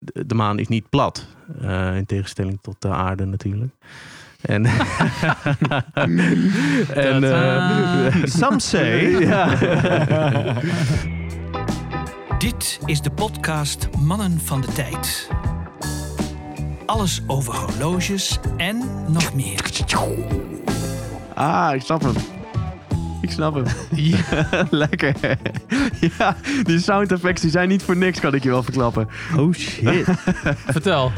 de maan is niet plat. Eh, in tegenstelling tot de aarde natuurlijk. En, en eh, Some say. ja. Dit is de podcast Mannen van de Tijd. Alles over horloges en nog meer. Ah, ik snap hem. Ik snap hem. Lekker. ja, die sound effects die zijn niet voor niks, kan ik je wel verklappen. Oh shit. Vertel.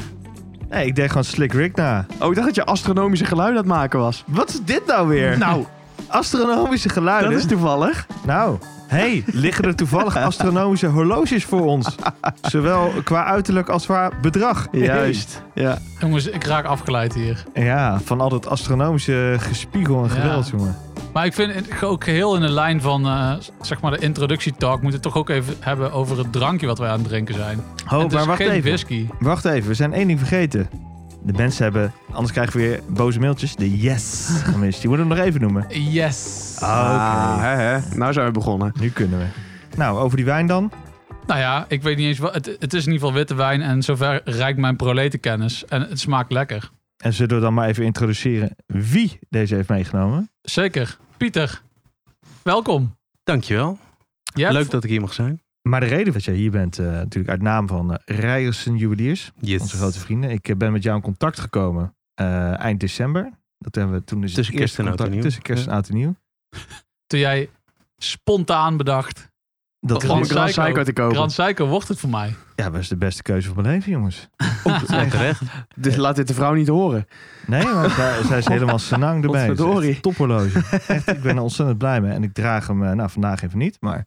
Nee, ik deed gewoon Slick Rick na. Oh, ik dacht dat je astronomische geluiden aan het maken was. Wat is dit nou weer? Nou, astronomische geluiden. Dat is toevallig. Nou, hey, liggen er toevallig astronomische horloges voor ons? Zowel qua uiterlijk als qua bedrag. Juist. Ja. Jongens, ik raak afgeleid hier. Ja, van al dat astronomische gespiegel en Ja. geweld, jongen. Maar ik vind het ook heel in de lijn van eh, zeg maar de introductietalk... moeten we het toch ook even hebben over het drankje wat wij aan het drinken zijn. En Ho, het Oh, maar is wacht geen even. whisky. Wacht even, we zijn één ding vergeten. De mensen hebben, anders krijgen we weer boze mailtjes, de yes gemist. Die moeten we nog even noemen. Yes. Ah, hè, hè. Nou zijn we begonnen. Nu kunnen we. Nou, over die wijn dan. Nou ja, ik weet niet eens wat... Het, het is in ieder geval witte wijn en zover rijkt mijn proletenkennis. En het smaakt lekker. En zullen we dan maar even introduceren wie deze heeft meegenomen? Zeker. Pieter, welkom. Dankjewel. Jij hebt- Leuk dat ik hier mag zijn. Maar de reden dat jij hier bent, eh, natuurlijk uit naam van eh, Rijersen Juweliers. Yes. onze grote vrienden. Ik eh, ben met jou in contact gekomen eh, eind december. Dat hebben we toen is het Tussen eerste kerst en oud en contact- nieuw. Tussen kerst en oud en nieuw. toen jij spontaan bedacht... Oh, Dat Of Om een Grand Grand Seiko. Seiko te Oh, kopen. Grand Seiko wordt het voor mij. ja, was de beste keuze van mijn leven, jongens. Ja, terecht. Dus laat dit de vrouw niet horen. Nee, maar zij, zij is helemaal senang erbij. Het is echt Potverdorie. een Tophorloge. Echt, ik ben er ontzettend blij mee. En ik draag hem, eh, nou vandaag even niet, maar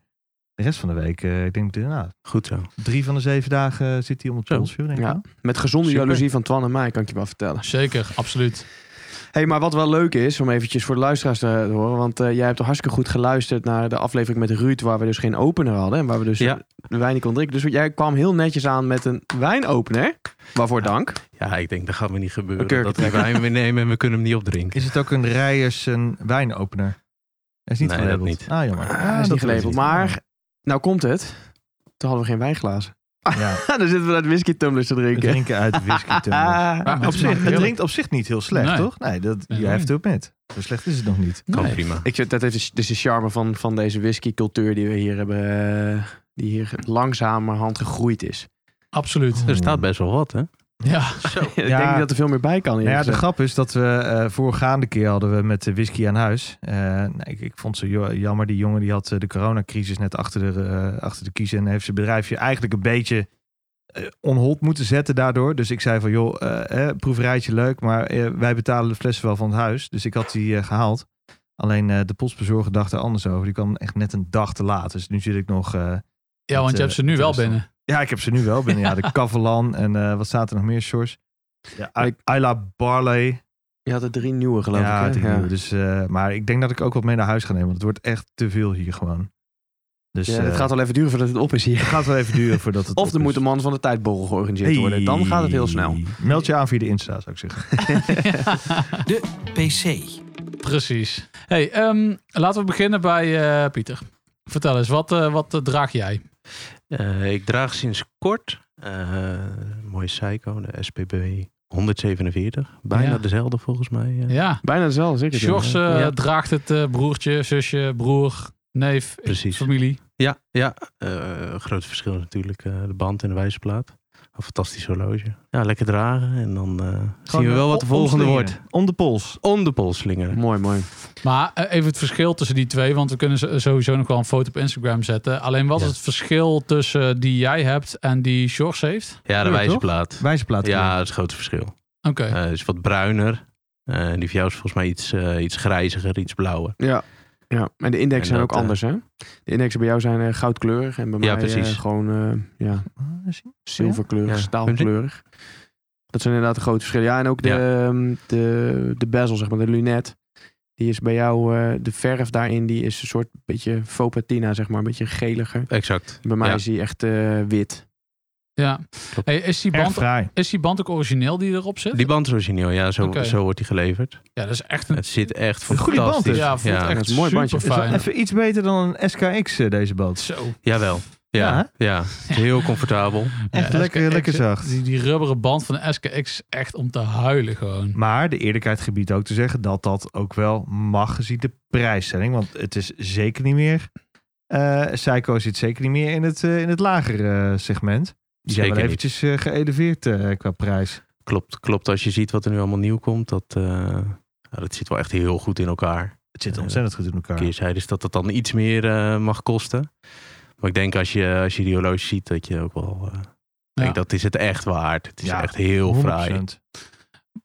de rest van de week, eh, ik denk, eh, nou, Goed zo. drie van de zeven dagen eh, zit hij om het Zo. pols, joh, denk ik. Ja. wel. Met gezonde Super. jaloezie van Twan en mij, kan ik je wel vertellen. Zeker, absoluut. hey, maar wat wel leuk is, om eventjes voor de luisteraars te te horen. Want eh, jij hebt toch hartstikke goed geluisterd naar de aflevering met Ruud. Waar we dus geen opener hadden. En waar we dus Ja. de wijn niet konden drinken. Dus jij kwam heel netjes aan met een wijnopener. Waarvoor dank. Ah, Ja, ik denk dat gaat me niet Een gebeuren. kurk Dat we wijn weer nemen en we kunnen hem niet opdrinken. Is het ook een Rijersen wijnopener? Dat is niet Nee, dat gelabeld. niet. Ah, jammer. Ah, Ah, is niet weet gelabeld. ik. Maar, nou komt het. Toen hadden we geen wijnglazen. Ja, Ja, dan zitten we uit whisky tumblers te we drinken. drinken uit whisky Ah, Maar Op het smaakt zich, het heerlijk. drinkt op zich niet heel slecht, Nee. toch? Nee, dat, Nee. jij heeft het ook met. Zo slecht is het nog niet. Kan Nee. prima. ik vind dat heeft dus- dus de charme van, van deze whiskycultuur die we hier hebben. eh, Die hier langzamerhand gegroeid is. Absoluut. Er staat best wel wat, hè? Ja, Ik Oh. Ja. denk niet dat er veel meer bij kan. Nou ja, eerlijk de gezegd. grap is dat we eh, voorgaande keer hadden we met de whisky aan huis. Eh, nee, ik, ik vond ze jo- jammer. Die jongen die had eh, de coronacrisis net achter de, eh, achter de kiezen. En heeft zijn bedrijfje eigenlijk een beetje eh, on hold moeten zetten daardoor. Dus ik zei van joh, eh, eh, proeverijtje leuk. Maar eh, wij betalen de flessen wel van het huis. Dus ik had die eh, gehaald. Alleen eh, de postbezorger dacht er anders over. Die kwam echt net een dag te laat. Dus nu zit ik nog... eh, ja want eh, je hebt ze nu wel dat is dan- binnen. Ja, ik heb ze nu wel binnen. Ja, de Cavalan en eh, wat staat er nog meer, Sjors? Ja, I- Isla Barley. Je had er drie nieuwe, geloof ja, ik. hè? drie nieuwe. Dus, eh, maar ik denk dat ik ook wat mee naar huis ga nemen, want het wordt echt te veel hier gewoon. Dus ja, het eh, gaat al even duren voordat het op is hier. het gaat wel even duren voordat het Of op er is. moet een man van de tijdborrel georganiseerd worden. Dan gaat het heel snel. Hey. Meld je aan via de Insta, zou ik zeggen. De PC. Precies. Hey, ehm, laten we beginnen bij eh, Pieter. Vertel eens, wat, eh, wat eh, draag jij? Eh, ik draag sinds kort eh mooie Seiko, de SPB 147. Bijna Ja. dezelfde volgens mij. eh. Ja, Bijna hetzelfde, zeker. Sjors eh, Ja. draagt het eh, broertje, zusje, broer, neef, eh, Precies. familie. Ja, ja. eh, groot verschil is natuurlijk eh, de band en de wijzerplaat. Een fantastisch horloge. Ja, lekker dragen en dan eh, zien we wel wat de volgende wordt. Om de pols. Om de pols slingeren. Mooi, mooi. Maar eh, even het verschil tussen die twee, want we kunnen zo- sowieso nog wel een foto op Instagram zetten. Alleen wat Ja. is het verschil tussen die jij hebt en die Sjors heeft? Ja, de Mooi, toch? wijzerplaat. Wijzerplaat. Ja, dat is het grote verschil. Oké. Eh, Het is wat bruiner. Eh, die van jou is volgens mij iets, eh, iets grijziger, iets blauwer. Ja. ja. En de indexen En zijn dat, ook eh, anders, hè? De indexen bij jou zijn eh, goudkleurig. En bij Ja, mij eh, precies. gewoon eh, ja, Oh, zilverkleurig, Ja. staalkleurig. Dat zijn inderdaad de grote verschillen. Ja, en ook de, ehm, de, de bezel, zeg maar, de lunet. Die is bij jou, eh, de verf daarin, die is een soort beetje faux patina, zeg maar. Een beetje geliger. Exact. Bij mij Ja. is die echt eh, wit. Ja. Hey, is, die Erg band, fraai. is die band ook origineel die erop zit? Die band is origineel, ja, zo, Oké. zo wordt die geleverd. Ja, dat is echt een Het zit echt Een goede band fantastisch. dus. Ja, voelt ja. echt dat is een mooi bandje. super Is wel fijn. even iets beter dan een SKX, eh, deze boot. Zo. Jawel. Ja, Ja, ja. heel comfortabel. Echt lekker- SKX, lekker zacht. Die, die rubberen band van de SKX is echt om te huilen gewoon. Maar de eerlijkheid gebiedt ook te zeggen dat dat ook wel mag gezien de prijsstelling. Want het is zeker niet meer... eh Psycho zit zeker niet meer in het, eh, in het lagere eh, segment. Die zijn Zeker wel niet. eventjes eh, geëleveerd eh, qua prijs. Klopt, klopt. Als je ziet wat er nu allemaal nieuw komt, dat, eh, ja, dat zit wel echt heel goed in elkaar. Het zit Ja. ontzettend goed in elkaar. Keer zei dus dat dat dan iets meer eh, mag kosten. Maar ik denk als je, als je die horloge ziet, dat je ook wel... eh, Ja. denkt, dat is het echt waard. Het is Ja, echt heel fraai. 100%.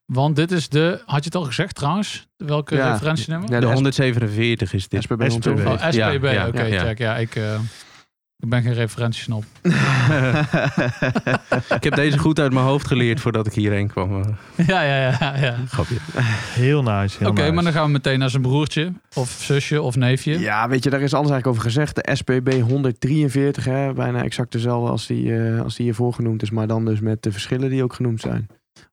Want dit is de, had je het al gezegd trouwens? Welke Ja. referentienummer? Ja, De de 147 is dit. SPB. SPB. SPB. Oh, SPB, Ja, ja, oké, ja. check. Ja, ik, eh, ik ben geen referentiesnop. Ik heb deze goed uit mijn hoofd geleerd voordat ik hierheen kwam. eh, ja, ja, ja. ja. grapje. Heel nice. heel Oké, nice. maar dan gaan we meteen naar zijn broertje of zusje of neefje. Ja, weet je, daar is alles eigenlijk over gezegd. De SPB 143, hè, bijna exact dezelfde als die, eh, als die hiervoor genoemd is. Maar dan dus met de verschillen die ook genoemd zijn.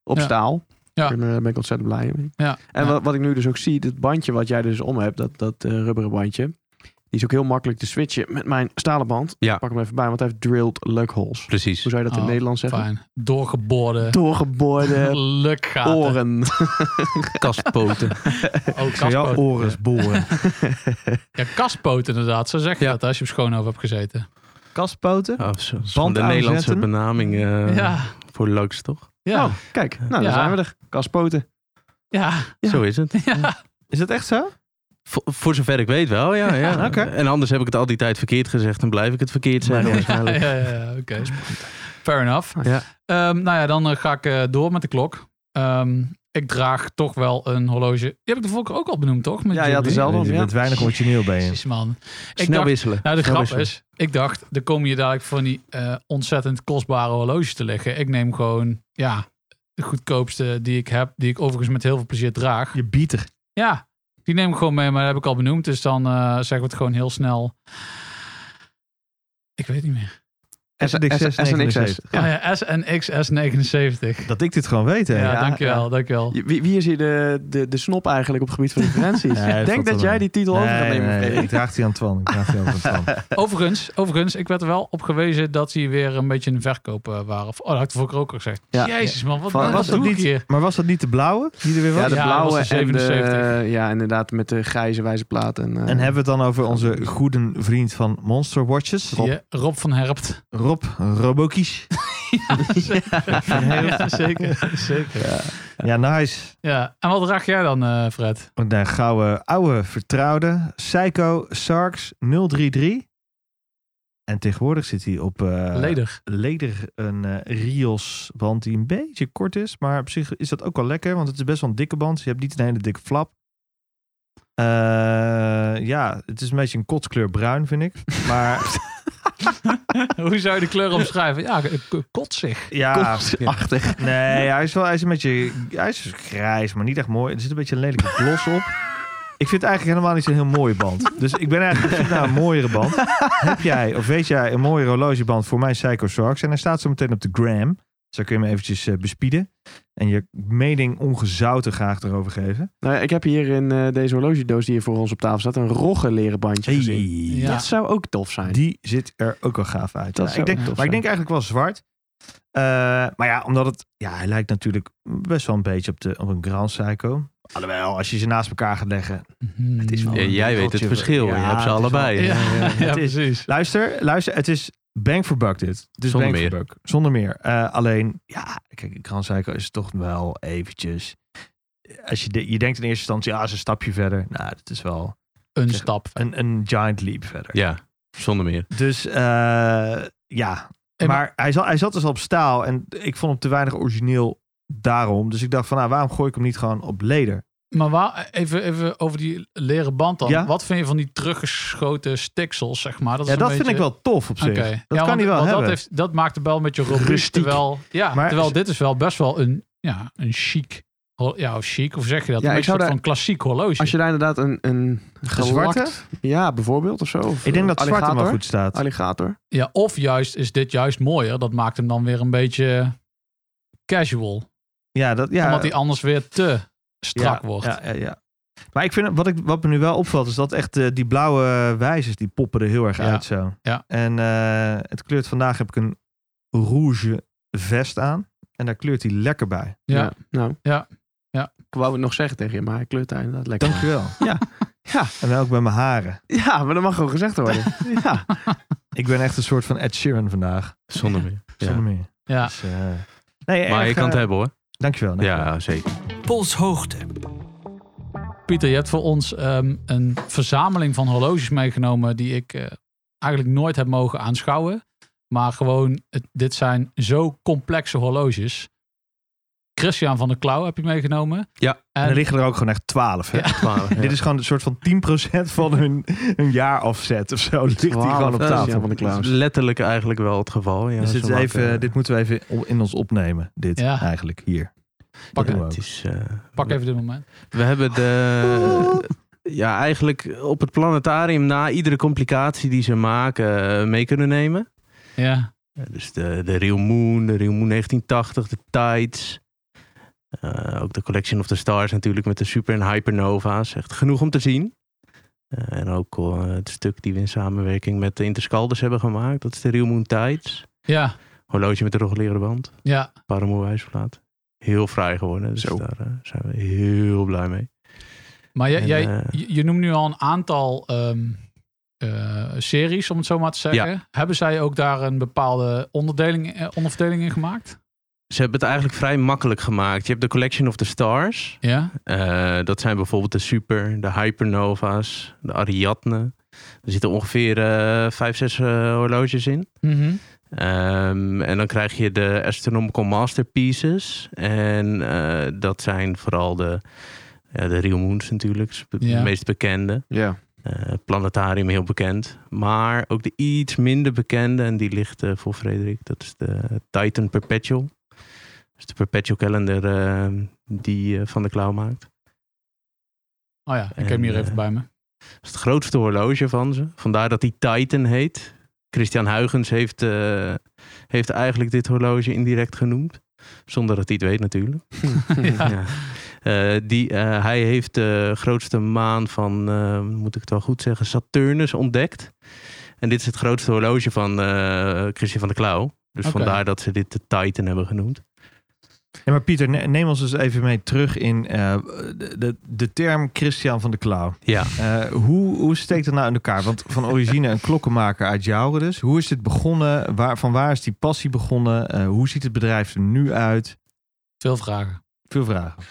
Op Ja. staal. Ja. Daar ben- Daar ben ik ontzettend blij mee. Ja, En ja. wat, wat ik nu dus ook zie, dat bandje wat jij dus om hebt, dat, dat eh, rubberen bandje. Die is ook heel makkelijk te switchen met mijn stalen band. Ja. Ik Pak hem even bij, want hij heeft drilled lug holes. Precies. Hoe zou je dat in Oh, het Nederlands zeggen? Fijn. Doorgeboorde. Doorgeboorde Lukgaten. oren. Kastpoten. Oh, Ik zou jouw kaspoten. oren eens boren. Ja, kaspoten inderdaad. Zo zeg je dat als je op schoon over hebt gezeten. Kastpoten? Oh, zo, zo de Bandaanzetten. Nederlandse benaming eh, ja, voor lugs, toch? ja, Oh, kijk, nou, Ja. daar zijn we er. Kaspoten. ja, Ja. Zo is het. ja. Is dat echt zo? Vo- voor zover ik weet wel, ja. ja. Ja, oké. En anders heb ik het al die tijd verkeerd gezegd en blijf ik het verkeerd zeggen Ja, waarschijnlijk. ja, ja, oké. Fair enough. Ja. Ehm, nou ja, dan eh, ga ik eh, door met de klok. Ehm, ik draag toch wel een horloge. Die heb ik de vorige keer ook al benoemd, toch? Met Ja, je had Jubilee. dezelfde. Je ja. bent weinig origineel bij je. Jezus, man. Ik Snel dacht, wisselen. nou, de Snel grap wisselen. is, ik dacht, er komen je dadelijk van die eh, ontzettend kostbare horloges te liggen. Ik neem gewoon, ja, de goedkoopste die ik heb, die ik overigens met heel veel plezier draag. Je bieter. Ja, die neem ik gewoon mee, maar dat heb ik al benoemd. Dus dan eh, zeggen we het gewoon heel snel. Ik weet niet meer. SNXS. SNXS. Ja. Oh ja, SNX S79. Dat ik dit gewoon weet, hè? Ja, ja, dankjewel, ja. dankjewel. Je- Wie, wie is hier de, de, de snop eigenlijk op het gebied van referenties? Nee, dat Ik valt Denk dat wel jij mee. die titel over gaat Nee, nemen. nee, Frederik. ik draag die aan Twan. Ik draag die over aan Twan. Overigens, overigens, ik werd er wel op gewezen dat ze hier weer een beetje een verkoop eh, waren. Of- Oh, dat had ik de vorige keer ook al gezegd. Ja. Jezus man, wat, Van- wat, was dat doe ik niet- hier? Maar was dat niet de blauwe die er weer was? Ja, de Ja, dat blauwe was de en de, 77. ja, inderdaad, met de grijze wijze plaat. En, eh, En hebben we het dan over onze goede vriend van Monster Watches, Rob, Ja, Rob van Herpt. Rob Robokies. Ja, zeker, zeker. Ja. Ja, nice. en wat draag jij dan, eh, Fred? Een gouden oude vertrouwde, Psycho Sarks 033. En tegenwoordig zit hij op eh, Leder. leder een eh, Rios band die een beetje kort is. Maar op zich is dat ook wel lekker, want het is best wel een dikke band. Dus je hebt niet een hele dikke flap. Eh, ja, het is een beetje een kotskleur bruin, vind ik. Maar Hoe zou je de kleur omschrijven? Ja, k- kotsig. ja, Achter. nee, hij is wel hij is een beetje hij is grijs, maar niet echt mooi. Er zit een beetje een lelijke gloss op. Ik vind het eigenlijk helemaal niet zo'n heel mooie band. Dus ik ben eigenlijk op zoek naar een mooiere band. Heb jij, of weet jij, een mooie horlogeband voor mijn Psycho Sharks? En hij staat zo meteen op de gram. Dus daar kun je me eventjes eh, bespieden. En je mening ongezouten graag erover geven. Nou, ja, ik heb hier in eh, deze horlogedoos die hier voor ons op tafel staat, een rogge leren bandje gezien. Ja. Dat zou ook tof zijn. Die ziet er ook wel gaaf uit. Dat Ja, zou ik denk, ook tof maar ik zijn. denk eigenlijk wel zwart. Eh, maar ja, omdat het... Ja, hij lijkt natuurlijk best wel een beetje op, de, op een Grand Psycho. Alhoewel, als je ze naast elkaar gaat leggen... Het is wel Ja, jij weet het Godje, verschil. je ja, hebt ze het is allebei. Ja, ja, het is- precies. Luister, luister, het is bang for buck dit. Het is Zonder bang meer. for buck. Zonder meer. Eh, alleen, ja, kijk, Grand Psycho is toch wel eventjes... Als je, de- je denkt in eerste instantie, ja, ze is een stapje verder. Nou, dat is wel Een stap. een, een giant leap verder. Ja, zonder meer. Dus eh, ja, En- maar hij zat, hij zat dus al op staal en ik vond hem te weinig origineel daarom. Dus ik dacht van, nou, waarom gooi ik hem niet gewoon op leder? Maar waar, even, even over die leren band dan. Ja. Wat vind je van die teruggeschoten stiksels, zeg maar? Dat is ja, een dat beetje... vind ik wel tof op zich. Dat Oké. ja, kan want, hij wel want hebben. Dat, heeft, dat maakt het wel een beetje robuust. Rustiek. Terwijl, ja, Maar- terwijl dit is wel best wel een, ja, een chic... ho- Ja, of chic, of zeg je dat? Ja, een ik zou beetje soort daar- van klassiek horloge. Als je daar inderdaad een, een De zwarte? gelakt- Ja, bijvoorbeeld of zo. Of, Ik denk eh, dat zwart hem wel alligator. goed staat. Alligator. Ja, of juist is dit juist mooier. Dat maakt hem dan weer een beetje casual. Ja, dat, ja. Omdat hij anders weer te strak ja, wordt. Ja, ja, ja. Maar ik vind, wat, ik, wat me nu wel opvalt, is dat echt eh, die blauwe wijzers, die poppen er heel erg Ja. uit zo. Ja. En eh, het kleurt vandaag heb ik een rouge vest aan. En daar kleurt hij lekker bij. Ja. Nou. Ja. Ja. Ik wou het nog zeggen tegen je, maar hij kleurt daar inderdaad lekker. Dankjewel. ja. Ja. En dan ook bij mijn haren. Ja, maar dat mag gewoon gezegd worden. ja. Ik ben echt een soort van Ed Sheeran vandaag. Zonder meer. Ja. Ah. Zonder meer. Ja. Dus, eh, nee, Maar erg, je kan het eh, hebben hoor. Dankjewel. dankjewel. Ja, zeker. Polshoogte. Pieter, je hebt voor ons ehm, een verzameling van horloges meegenomen die ik eh, eigenlijk nooit heb mogen aanschouwen. Maar gewoon, het- dit zijn zo complexe horloges. Christian van der Klauw heb je meegenomen. Ja, En er en, liggen er ook gewoon echt twaalf. hè? Twaalf, ja. Dit is gewoon een soort van 10% van hun, hun jaarafzet of zo. Ligt die gewoon op Twaalf, tafel. Christian van de Klaus. Letterlijk eigenlijk wel het geval. Ja, dus dit, ze is even, maken- dit moeten we even o- in ons opnemen. Dit Ja. eigenlijk hier. pak, Ja. Ja, het is, eh, pak even dit moment. We hebben de. Ja, eigenlijk op het planetarium na iedere complicatie die ze maken eh, mee kunnen nemen. Ja, Eh, Dus de, de Real Moon, de Real Moon 1980, de Tides. Eh, ook de Collection of the Stars natuurlijk met de Super en Hypernova's. Echt genoeg om te zien. Eh, en ook eh, het stuk die we in samenwerking met de Interscalders hebben gemaakt. Dat is de Real Moon Tides. ja, Horloge met de rogleren band. ja. Paramoor wijsplaat. Heel fraai geworden. Dus Zo. daar eh, zijn we heel blij mee. Maar jij, En, jij, eh, je- je noemt nu al een aantal ehm, eh, series, om het zo maar te zeggen. Hebben zij ook daar een bepaalde onderdeling, eh, onderverdeling in gemaakt? ze hebben het eigenlijk vrij makkelijk gemaakt. Je hebt de Collection of the Stars. Ja, Eh, dat zijn bijvoorbeeld de Super, de Hypernova's, de Ariadne. Er zitten ongeveer eh, vijf, zes eh, horloges in. Mhm. Ehm, en dan krijg je de Astronomical Masterpieces. En eh, dat zijn vooral de, ja, de Real Moons natuurlijk, de Ja. meest bekende. ja. Eh, planetarium heel bekend. Maar ook de iets minder bekende, en die ligt eh, voor Frederik, dat is de Titan Perpetual. Dat is de Perpetual Calendar eh, die eh, Van de Klauw maakt. Oh ja, ik heb hem En, hier eh, even bij me. Dat is het grootste horloge van ze. Vandaar dat die Titan heet. Christian Huygens heeft, eh, heeft eigenlijk dit horloge indirect genoemd. Zonder dat hij het weet natuurlijk. ja. Ja. Eh, die, eh, hij heeft de grootste maan van, eh, moet ik het wel goed zeggen, Saturnus ontdekt. En dit is het grootste horloge van eh, Christian van der Klauw. Dus Oké. vandaar dat ze dit de Titan hebben genoemd. Ja, maar Pieter, ne- neem ons dus even mee terug in eh, de, de, de term Christian van de Klauw. Ja. Eh, hoe, hoe steekt dat nou in elkaar? Want van origine een klokkenmaker uit Jouren dus. Hoe is dit begonnen? Waar, van waar is die passie begonnen? Eh, hoe ziet het bedrijf er nu uit? Veel vragen. Veel vragen.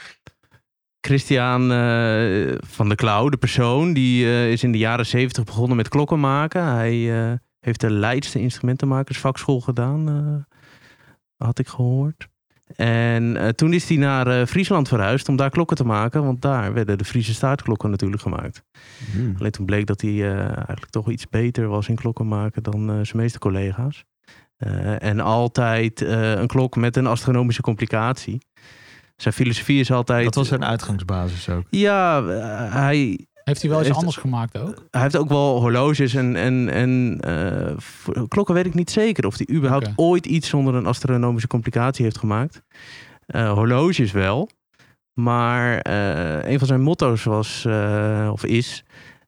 Christian eh, van der Klauw, de persoon, die eh, is in de jaren zeventig begonnen met klokken maken. Hij eh, heeft de Leidse instrumentenmakersvakschool gedaan, eh, had ik gehoord. En eh, toen is hij naar eh, Friesland verhuisd om daar klokken te maken, want daar werden de Friese staartklokken natuurlijk gemaakt. Hmm. Alleen toen bleek dat hij eh, eigenlijk toch iets beter was in klokken maken dan eh, zijn meeste collega's. Eh, en altijd eh, een klok met een astronomische complicatie. Zijn filosofie is altijd... Dat was zijn uitgangsbasis ook. Ja, eh, hij, Heeft hij wel iets Heeft- anders gemaakt ook? hij heeft ook wel horloges en, en, en eh, v- klokken weet ik niet zeker of hij überhaupt Oké. ooit iets zonder een astronomische complicatie heeft gemaakt. Eh, horloges wel, maar eh, een van zijn motto's was, eh, of is,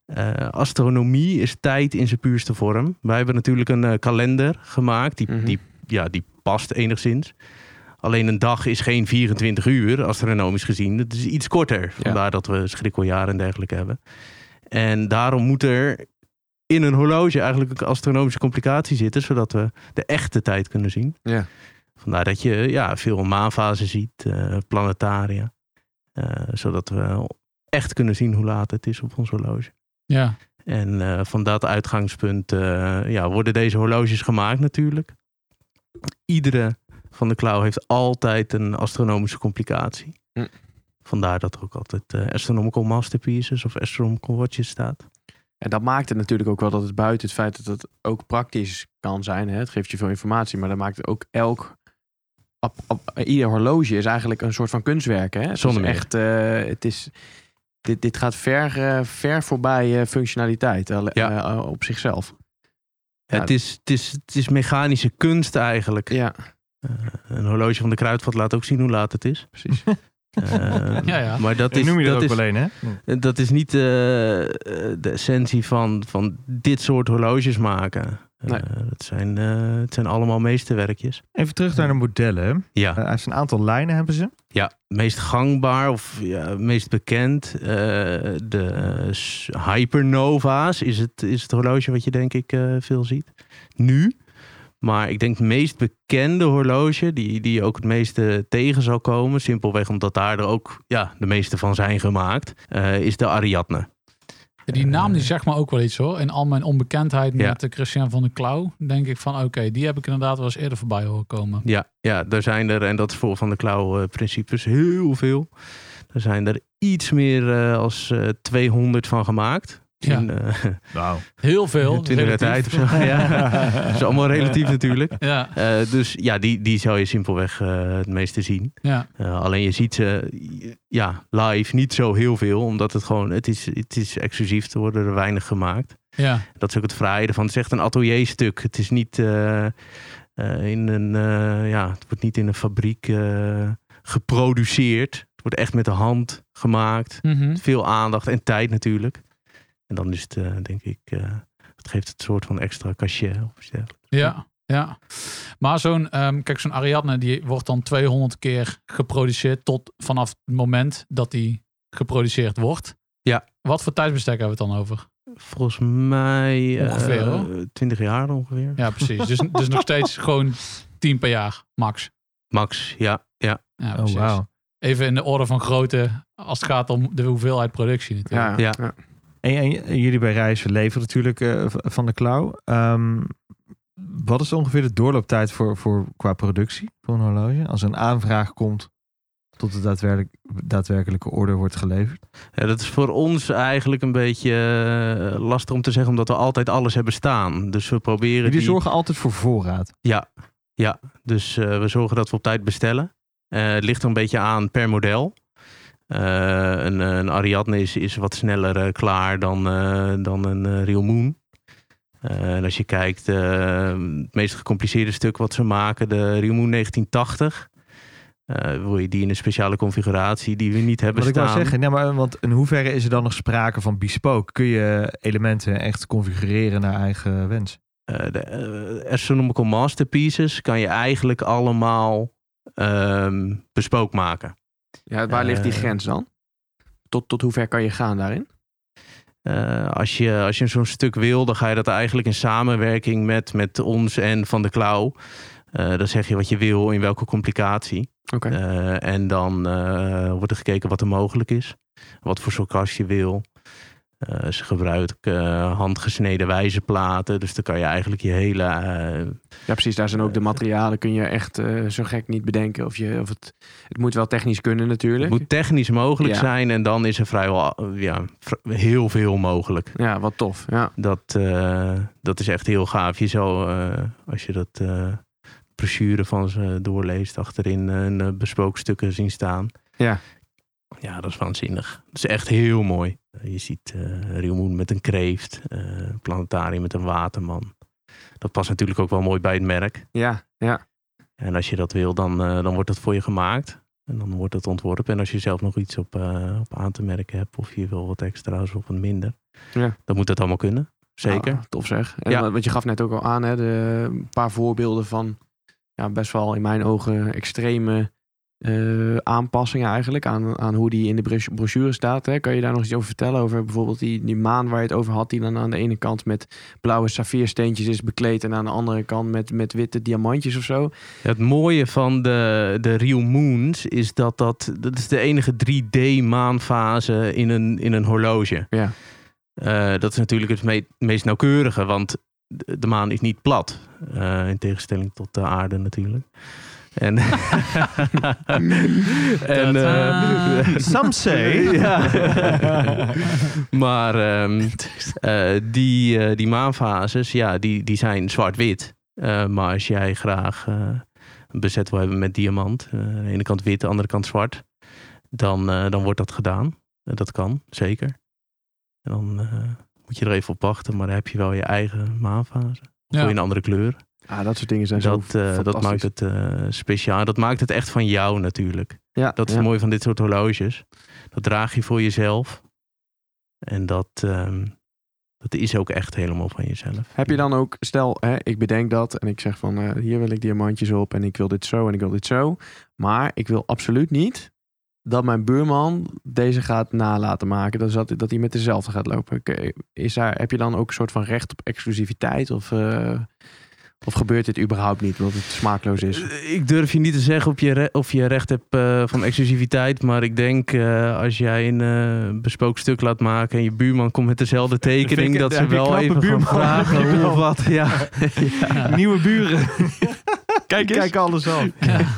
eh, astronomie is tijd in zijn puurste vorm. Wij hebben natuurlijk een eh, kalender gemaakt, die, Mhm. die, ja, die past enigszins. Alleen een dag is geen 24 uur, astronomisch gezien. Het is iets korter. Vandaar dat we schrikkeljaar en dergelijke hebben. En daarom moet er in een horloge eigenlijk een astronomische complicatie zitten, zodat we de echte tijd kunnen zien. Ja. Vandaar dat je ja, veel maanfasen ziet, eh, planetaria. Eh, zodat we echt kunnen zien hoe laat het is op ons horloge. Ja. En eh, van dat uitgangspunt eh, ja, worden deze horloges gemaakt natuurlijk. Iedere van de klauw heeft altijd een astronomische complicatie. Hm. Vandaar dat er ook altijd eh, Astronomical Masterpieces of Astronomical Watches staat. En dat maakt het natuurlijk ook wel dat het buiten het feit dat het ook praktisch kan zijn. Hè? Het geeft je veel informatie, maar dat maakt ook elk... Ap, ap- ieder horloge is eigenlijk een soort van kunstwerk. Hè? Het is Zonder meer. echt, eh, het is, dit, dit gaat ver, eh, ver voorbij eh, functionaliteit alle- Ja. eh, op zichzelf. Ja. Het, is, het, is, het is mechanische kunst eigenlijk. Eh, Ja, Een horloge van de Kruidvat laat ook zien hoe laat het is. precies. Eh, Ja, ja. Maar dat Ik is, noem je dat, dat, ook is, alleen, hè? dat is niet eh, de essentie van, van dit soort horloges maken. Eh, Nee. dat zijn, eh, het zijn allemaal meesterwerkjes. Even terug naar de modellen. hè. Ja. Eh, Er zijn een aantal lijnen hebben ze. Ja, meest gangbaar of ja, meest bekend. eh, de eh, s- Hypernova's is het, is het horloge wat je denk ik eh, veel ziet. Nu. Maar ik denk het meest bekende horloge, die, die je ook het meeste tegen zal komen, simpelweg omdat daar er ook ja, de meeste van zijn gemaakt, eh, is de Ariadne. Ja, Die naam die zegt me ook wel iets hoor. In al mijn onbekendheid Eh. Ja. met eh, Christian van der Klauw denk ik van oké, die heb ik inderdaad wel eens eerder voorbij horen komen. Ja, ja, daar zijn er, en dat is voor Van der Klauw eh, principes, heel veel. Er zijn er iets meer eh, als eh, 200 van gemaakt. Ja. In, eh, Wauw. Heel veel. Twintig jaar tijd relatief. of zo. Ja. Dat is allemaal relatief natuurlijk. Ja, Eh, dus ja, die, die zou je simpelweg eh, het meeste zien. ja. Eh, alleen je ziet ze ja, live niet zo heel veel, omdat het gewoon, het is, het is exclusief, er worden er weinig gemaakt. ja. Dat is ook het fraaie ervan. Het is echt een atelier-stuk. Het is niet eh, eh, in een, eh, ja, het wordt niet in een fabriek eh, geproduceerd. Het wordt echt met de hand gemaakt. Mhm. Veel aandacht en tijd natuurlijk. En dan is het, eh, denk ik, eh, het geeft het soort van extra cachet. Of iets dergelijks. Ja, ja. Maar zo'n, ehm, kijk, zo'n Ariadne die wordt dan 200 keer geproduceerd tot vanaf het moment dat die geproduceerd wordt. Ja. Wat voor tijdsbestek hebben we het dan over? Volgens mij eh, Ongeveer, hoor. 20 jaar ongeveer. Ja, precies. Dus, dus nog steeds gewoon 10 per jaar, max. Max, ja. ja. Ja, Oh, precies. wauw. Even in de orde van grootte als het gaat om de hoeveelheid productie natuurlijk. Ja, Ja. ja. En, en- en jullie bij Reizen leveren natuurlijk eh, v- van de klauw. Ehm, wat is ongeveer de doorlooptijd voor, voor, qua productie voor een horloge? Als een aanvraag komt tot de daadwerkelijk, daadwerkelijke order wordt geleverd. Ja, dat is voor ons eigenlijk een beetje eh, lastig om te zeggen, omdat we altijd alles hebben staan. Dus we proberen. Jullie Die, zorgen altijd voor voorraad. dus eh, we zorgen dat we op tijd bestellen. Eh, het ligt er een beetje aan per model. Eh, een, een Ariadne is, is wat sneller eh, klaar dan, eh, dan een eh, Real Moon. Eh, en als je kijkt, eh, het meest gecompliceerde stuk wat ze maken, de Real Moon 1980. eh, wil je die in een speciale configuratie die we niet hebben Wat ik staan? wou zeggen, nee, maar, eh, want in hoeverre is er dan nog sprake van bespoke? Kun je elementen echt configureren naar eigen wens? Eh, de eh, Astronomical Masterpieces kan je eigenlijk allemaal ehm, bespook maken. Ja, waar ligt die Eh, grens dan? Tot, tot hoe ver kan je gaan daarin? Eh, als je, als je zo'n stuk wil, dan ga je dat eigenlijk in samenwerking met, met ons en Van de Klauw. Eh, dan zeg je wat je wil, in welke complicatie. Oké. Eh, en dan eh, wordt er gekeken wat er mogelijk is. Wat voor soort kast je wil. Eh, ze gebruiken eh, handgesneden wijzerplaten. Dus dan kan je eigenlijk je hele... eh, Ja, precies. Daar zijn ook de materialen. Kun je echt eh, zo gek niet bedenken. Of je, of het, het moet wel technisch kunnen natuurlijk. het moet technisch mogelijk Ja. zijn. En dan is er vrijwel eh, ja, vr- heel veel mogelijk. Ja, wat tof. Ja. Dat, eh, dat is echt heel gaaf. Je zou, eh, als je dat eh brochure van ze doorleest, achterin eh, een eh, besproken stukken zien staan. Ja. Ja, dat is waanzinnig. Dat is echt heel mooi. Eh, Je ziet eh Real Moon met een kreeft, eh, planetarium met een waterman. Dat past natuurlijk ook wel mooi bij het merk. Ja, ja. En als je dat wil, dan, eh, dan wordt dat voor je gemaakt. En dan wordt het ontworpen. En als je zelf nog iets op, eh, op aan te merken hebt, of je wil wat extra's of wat minder, Ja. dan moet dat allemaal kunnen. Zeker. Nou, tof zeg. En Ja. wat- wat je gaf net ook al aan, hè, de, een paar voorbeelden van ja, best wel in mijn ogen extreme eh, aanpassingen eigenlijk aan, aan hoe die in de bro- brochure staat. Hè. Kan je daar nog iets over vertellen? Over bijvoorbeeld die, die maan waar je het over had, die dan aan de ene kant met blauwe saffiersteentjes is bekleed en aan de andere kant met, met witte diamantjes of zo. Het mooie van de, de Real Moons is dat dat, dat is de enige 3D-maanfase in een, in een horloge. Ja. Eh, dat is natuurlijk het me- meest nauwkeurige, want de, de maan is niet plat. Eh, in tegenstelling tot de aarde natuurlijk. En, en Tadaa. eh, Some say. Ja. maar ehm, eh, die, eh, die maanfases, ja, die, die zijn zwart-wit. Eh, maar als jij graag eh, een bezet wil hebben met diamant, eh, aan de ene kant wit, aan de andere kant zwart, dan, eh, dan wordt dat gedaan. Eh, dat kan, zeker. En dan eh, moet je er even op wachten, maar dan heb je wel je eigen maanfase. Of Ja. wil je een andere kleur? Ah, dat soort dingen zijn Dat, zo eh, dat fantastisch. maakt het eh, speciaal. Dat maakt het echt van jou natuurlijk. ja, Dat is ja. het mooi van dit soort horloges. Dat draag je voor jezelf. En dat, ehm, dat is ook echt helemaal van jezelf. Heb je dan ook, stel, hè, ik bedenk dat en ik zeg van eh, hier wil ik diamantjes op en ik wil dit zo en ik wil dit zo. Maar ik wil absoluut niet dat mijn buurman deze gaat nalaten maken. Dus dat, dat hij met dezelfde gaat lopen. Oké, Is daar, heb je dan ook een soort van recht op exclusiviteit? Of, eh, of gebeurt dit überhaupt niet omdat het smaakloos is? Eh, Ik durf je niet te zeggen of je, re- of je recht hebt eh, van exclusiviteit. Maar ik denk eh, als jij een eh besproken stuk laat maken. en je buurman komt met dezelfde Vind tekening. ik- dat daar ze heb je wel knappe even gaan buurman. vragen Heb je hoe of wel. wat. Ja. Eh, Nieuwe buren. Kijk Kijk alles al. Ja.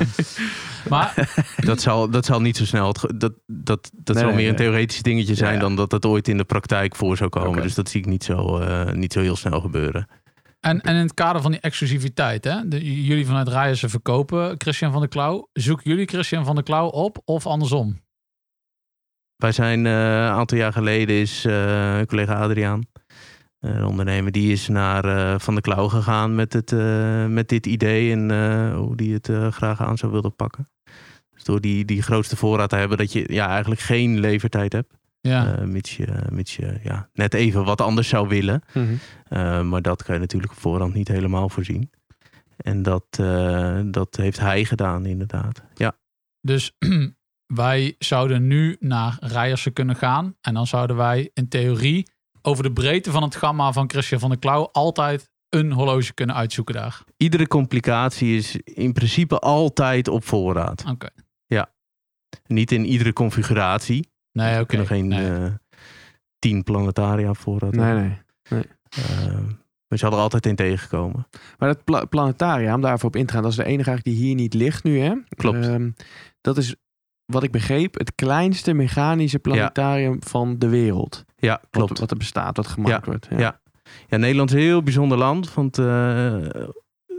Maar Dat, zal, dat zal niet zo snel. het ge- dat dat, dat Nee, zal nee, meer een nee. theoretisch dingetje zijn. ja. dan dat dat ooit in de praktijk voor zou komen. Oké. Dus dat zie ik niet zo, eh, niet zo heel snel gebeuren. en, en in het kader van die exclusiviteit, hè? de- j- jullie vanuit Rijersen verkopen Christian van der Klauw. Zoeken jullie Christian van der Klauw op of andersom? Wij zijn eh, een aantal jaar geleden is eh, collega Adriaan, eh, een ondernemer, die is naar eh, Van der Klauw gegaan met, het, eh, met dit idee en eh, hoe die het eh, graag aan zou willen pakken. Dus door die, die grootste voorraad te hebben, dat je ja, eigenlijk geen levertijd hebt. Ja. Eh, mits je, mits je ja, net even wat anders zou willen. Mhm. Eh, maar dat kan je natuurlijk op voorhand niet helemaal voorzien. En dat, eh, dat heeft hij gedaan, inderdaad. Ja, Dus wij zouden nu naar Rijersen kunnen gaan. En dan zouden wij in theorie over de breedte van het gamma van Christian van der Klauw altijd een horloge kunnen uitzoeken daar. iedere complicatie is in principe altijd op voorraad. Oké. Niet in iedere configuratie. Nee, oké. We kunnen geen Nee. eh, tien planetaria voorraad. Nee, hebben. nee. Eh, we zullen er altijd in tegenkomen. Maar dat pla- planetarium, om daarvoor op in te gaan, dat is de enige eigenlijk die hier niet ligt nu, hè? Klopt. Ehm, dat is, wat ik begreep, het kleinste mechanische planetarium van de wereld. Ja, Wat, klopt. wat er bestaat, wat gemaakt wordt. Ja. ja. Ja, Nederland is een heel bijzonder land. Want eh,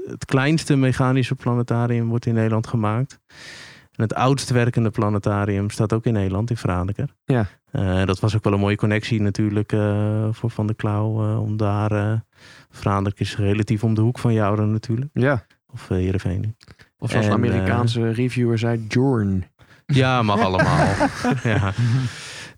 het kleinste mechanische planetarium wordt in Nederland gemaakt. En het oudst werkende planetarium staat ook in Nederland, in Franeker. Ja. Eh, dat was ook wel een mooie connectie natuurlijk eh, voor Van der Klauw. eh, om daar, eh Franeker is relatief om de hoek van Jouren natuurlijk. Ja. Of eh, Heerenveen nu. Of zoals de En, eh, Amerikaanse reviewer zei, Jorn. Ja, mag allemaal. ja.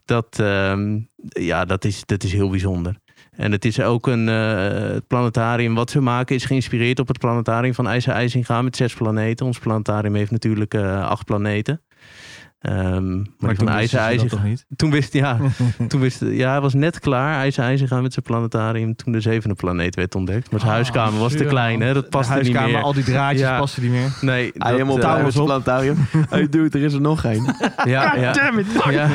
Dat, ehm, ja, dat is, dat is heel bijzonder. En het is ook een eh, het planetarium wat ze maken is geïnspireerd op het planetarium van IJzer IJzinga met zes planeten. Ons planetarium heeft natuurlijk eh, acht planeten. Ehm, maar, die van toen IJzer wisten ze dat IJzinga. toch niet? Toen wist ja, toen wist ja, hij was net klaar. IJzer IJzinga met zijn planetarium toen de zevende planeet werd ontdekt. Maar zijn Ah, huiskamer was te zuur, klein, hè? dat De paste niet huiskamer, meer. al die draadjes Ja. passen niet meer. Nee, Hij helemaal op eh, touw met het planetarium. hey dude, er is er nog één. ja, ja, Damn it. ja.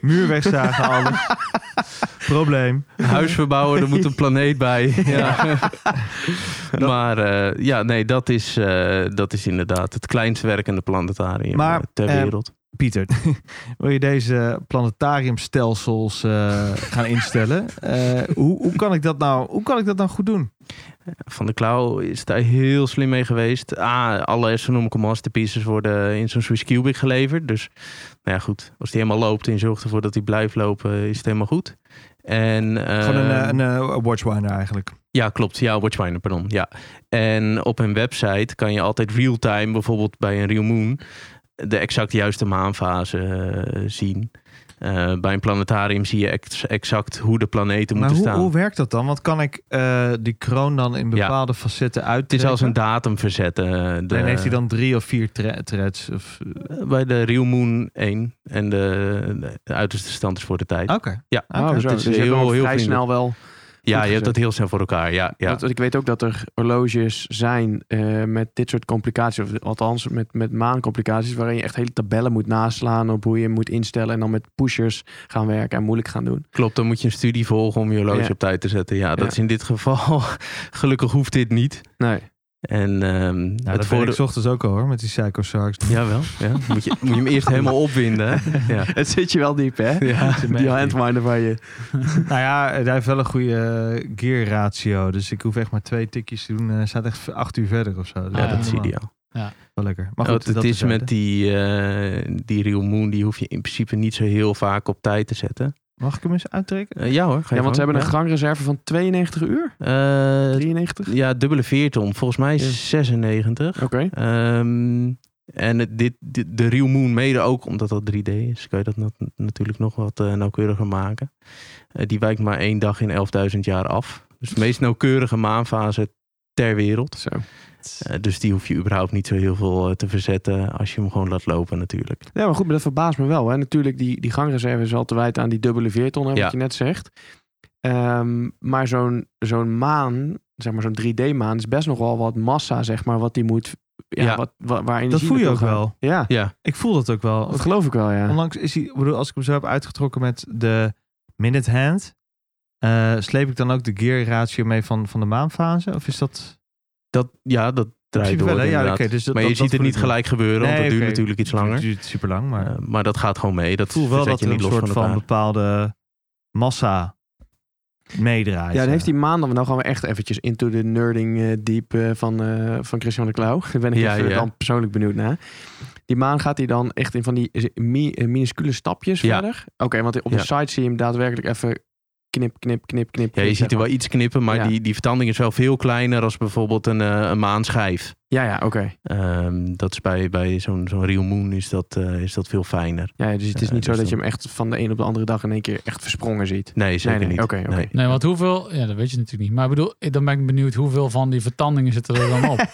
Muur wegzagen, alles. Probleem. Huis verbouwen, er moet een planeet bij. Ja. maar eh, ja, nee, dat is, eh, dat is inderdaad het kleinst werkende planetarium Maar, eh, ter eh, wereld. Pieter, wil je deze planetariumstelsels eh, gaan instellen? Eh, hoe, hoe, kan ik dat nou, hoe kan ik dat nou goed doen? Van der Klauw is daar heel slim mee geweest. Ah, alle astronomical masterpieces worden in zo'n Swiss Cubic geleverd. Dus nou ja, goed, als die helemaal loopt en zorgt ervoor dat hij blijft lopen, is het helemaal goed. En, Gewoon een, eh, eh, een, eh, watchwinder eigenlijk. Ja, klopt. Ja, Watchminer, pardon. Ja. En op hun website kan je altijd real-time, bijvoorbeeld bij een real moon, de exact juiste maanfase eh, zien. Eh, bij een planetarium zie je ex- exact hoe de planeten Maar moeten hoe, staan. hoe werkt dat dan? Want kan ik eh, die kroon dan in bepaalde facetten Het is uittrekken? als een datum verzetten. eh, De, eh, En heeft hij dan drie of vier tra- threads? Of... Bij de real moon 1 en de, de uiterste stand is voor de tijd. Oké. Ja. Nou, Oké. Oh, zo. is Dus je hebt heel- hem heel vrij vriendelijk. snel wel ja, je gezegd. hebt dat heel snel voor elkaar. Ja, ja. Want, want ik weet ook dat er horloges zijn eh, met dit soort complicaties, of althans met, met maancomplicaties, waarin je echt hele tabellen moet naslaan op hoe je hem moet instellen en dan met pushers gaan werken en moeilijk gaan doen. Klopt, dan moet je een studie volgen om je horloge Ja. op tijd te zetten. Ja, dat Ja. is in dit geval. Gelukkig hoeft dit niet. Nee. En ehm Nou, dat voordeel- voordeel... ik ochtends ook al hoor, met die Psycho Sharks. Jawel, ja. Moet je, moet je hem eerst helemaal opwinden. hè? Ja. Het zit je wel diep, hè? Ja. Die handminder van je. Nou ja, hij heeft wel een goede eh, gear ratio. Dus ik hoef echt maar twee tikjes te doen. Eh, Hij staat echt acht uur verder of zo. Ja, dat is helemaal ideaal. Wel lekker. Maar Maar goed, Ah, het dat is terzijde. met die, eh die Real Moon, die hoef je in principe niet zo heel vaak op tijd te zetten. Mag ik hem eens uittrekken? Eh, ja hoor. Ja, want ze hebben een gangreserve van 92 uur. een 93? eh, Ja, dubbele veerton. Volgens mij Ja. 96. Oké. Ehm, en het- dit, dit- de Real Moon mede ook, omdat dat 3D is, kan je dat nat- natuurlijk nog wat eh, nauwkeuriger maken. Eh, die wijkt maar één dag in 11.000 jaar af. Dus de meest nauwkeurige maanfase ter wereld. Zo. Eh, dus die hoef je überhaupt niet zo heel veel eh, te verzetten als je hem gewoon laat lopen natuurlijk. Ja, maar goed, maar dat verbaast me wel. Hè. Natuurlijk, die, die gangreserve is al te wijten aan die dubbele veerton, hè, wat Ja. je net zegt. Ehm, maar zo'n zo'n maan, zeg maar zo'n 3D-maan, is best nogal wat massa, zeg maar, wat die moet... Ja, Ja. Wat, wa- waar energie Dat voel je ook naartoe gaat. wel. Ja, Ja, Ik voel dat ook wel. dat geloof ik wel, ja. Onlangs is hij, ik bedoel, als ik hem zo heb uitgetrokken met de minute hand, eh, sleep ik dan ook de gear ratio mee van, van de maanfase? Of is dat... dat, ja, dat In draait principe door wel, hè? inderdaad. oké, dus dat- maar je dat- ziet dat het voel niet ik wel. gelijk gebeuren, want Nee, dat oké. duurt natuurlijk iets langer. Het duurt super lang, maar Eh, maar dat gaat gewoon mee. Dat ik voel wel verzet dat je er niet een los soort van, van elkaar. bepaalde massa meedraait. Ja, dan heeft die eh, maan dan... Nou gaan we echt eventjes into the nerding eh, deep eh, van, eh, van Christian de Klauw. Daar ben ik Ja, even ja. dan persoonlijk benieuwd naar. Die maan gaat hij dan echt in van die is- mi- eh, minuscule stapjes Ja. verder? Oké, want op de Ja. site zie je hem daadwerkelijk even knip, knip, knip, knip. Ja, je knip, ziet zeg er wel maar. iets knippen, maar Dus, eh, Ja. die, die vertanding is wel veel kleiner als bijvoorbeeld een, eh, een maanschijf. Ja, ja, oké. Ehm, dat is bij, bij zo'n zo'n real moon is dat, eh, is dat veel fijner. Ja, ja, dus het is Ja, niet zo dus dat je hem echt van de een op de andere dag in één keer echt versprongen ziet. Nee, zeker nee, niet. oké, oké. Nee. Nee, want hoeveel... Ja, dat weet je natuurlijk niet. Maar ik bedoel, ik- dan ben ik benieuwd hoeveel van die vertandingen zitten er dan op.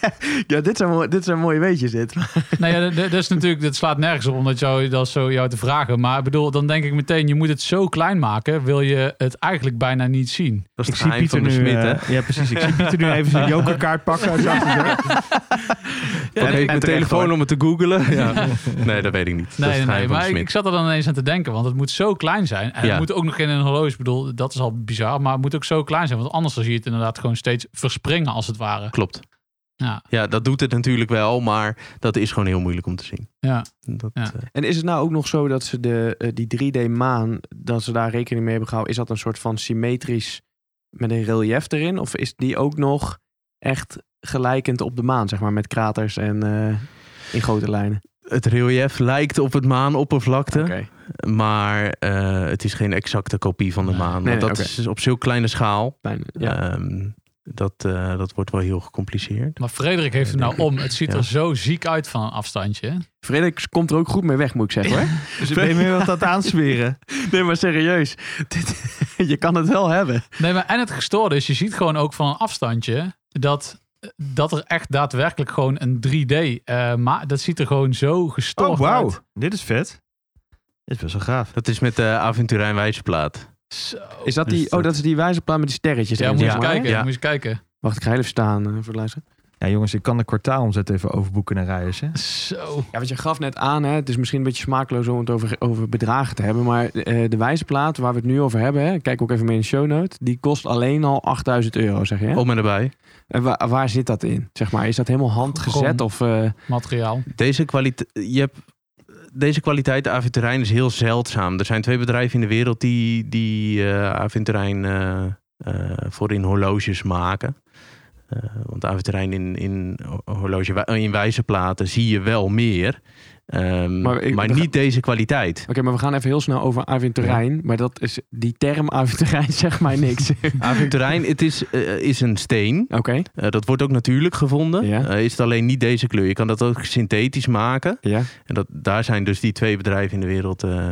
Ja, dit zijn, mooi- dit zijn mooie weetjes dit. nou ja, dat- dat is natuurlijk... Dat slaat nergens op om dat, jou, dat zo jou te vragen. Maar ik bedoel, dan denk ik meteen... Je moet het zo klein maken, wil je het eigenlijk bijna niet zien. Dat is het Ik zie geheim Pieter van de nu, smid, hè? eh, ja, precies. Ik zie Pieter nu even zijn jokerkaart pakken. uit zijn achterzak. Dan en geef ik mijn terecht, telefoon hoor. om het te googlen. Ja. Nee, dat weet ik niet. dat is Nee, nee, het geheim nee. Maar van de ik, smid. ik zat er dan ineens aan te denken. Want het moet zo klein zijn. En Ja. het moet ook nog in een horloge. Ik bedoel, dat is al bizar. Maar het moet ook zo klein zijn. Want anders dan zie je het inderdaad gewoon steeds verspringen als het ware. Klopt. Ja. ja, dat doet het natuurlijk wel, maar dat is gewoon heel moeilijk om te zien. Ja. Dat, Ja. eh, En is het nou ook nog zo dat ze de, eh, die 3D-maan, dat ze daar rekening mee hebben gehouden? Is dat een soort van symmetrisch met een relief erin? Of is die ook nog echt gelijkend op de maan, zeg maar, met kraters en eh, in grote lijnen? het relief lijkt op het maanoppervlakte. Oké. Maar eh, het is geen exacte kopie van de Nee. maan. want nee, dat oké. is op zo'n kleine schaal. Bijna, Ja. Ehm, dat, eh, dat wordt wel heel gecompliceerd. Maar Frederik heeft het nou om. Het ziet Ja. er zo ziek uit van een afstandje. hè? Frederik komt er ook goed mee weg, moet ik zeggen. Hoor. Dus ik ben meer wat aan het aansmeren. nee, maar serieus. Dit, je kan het wel hebben. Nee, maar en het gestoorde is, je ziet gewoon ook van een afstandje dat, dat er echt daadwerkelijk gewoon een 3D, eh maar dat ziet er gewoon zo gestoord Oh, wauw. uit. Dit is vet. Dit is best wel gaaf. Dat is met de Aventurijn Wijzerplaat. Zo. Is dat Dus die, oh, dat- dat is die wijze plaat met die sterretjes. Ja, erin, moet je zeg eens maar. kijken, Ja. moet je eens kijken. Wacht, ik ga heel even staan eh, voor het luisteren. Ja, jongens, ik kan de kwartaalomzet even overboeken naar Rijers. Hè? Zo. Ja, want je gaf net aan, hè, het is misschien een beetje smakeloos om het over, over bedragen te hebben. Maar eh, de wijze plaat waar we het nu over hebben, hè, kijk ook even mee in de show note. Die kost alleen al 8000 euro, zeg je. hè? Om en erbij. En wa- waar zit dat in? Zeg maar, is dat helemaal handgezet? Gewoon. Of, eh, Materiaal. Deze, kwalite- je hebt, deze kwaliteit Aventurijn is heel zeldzaam. Er zijn twee bedrijven in de wereld die, die eh Aventurijn eh, eh, voor in horloges maken. Eh, want Aventurijn in, in, ho- horloge, in wijzerplaten zie je wel meer. Ehm, Maar maar ik- we niet gaan- deze kwaliteit. Oké, maar we gaan even heel snel over Arvin Terrein. Maar dat is, die term Arvin Terrein zegt mij niks. Oké. Aventurijn, het is, eh, is een steen. Eh, dat wordt ook natuurlijk gevonden. Ja. Eh, is het alleen niet deze kleur. Je kan dat ook synthetisch maken. Ja. En dat, daar zijn dus die twee bedrijven in de wereld eh,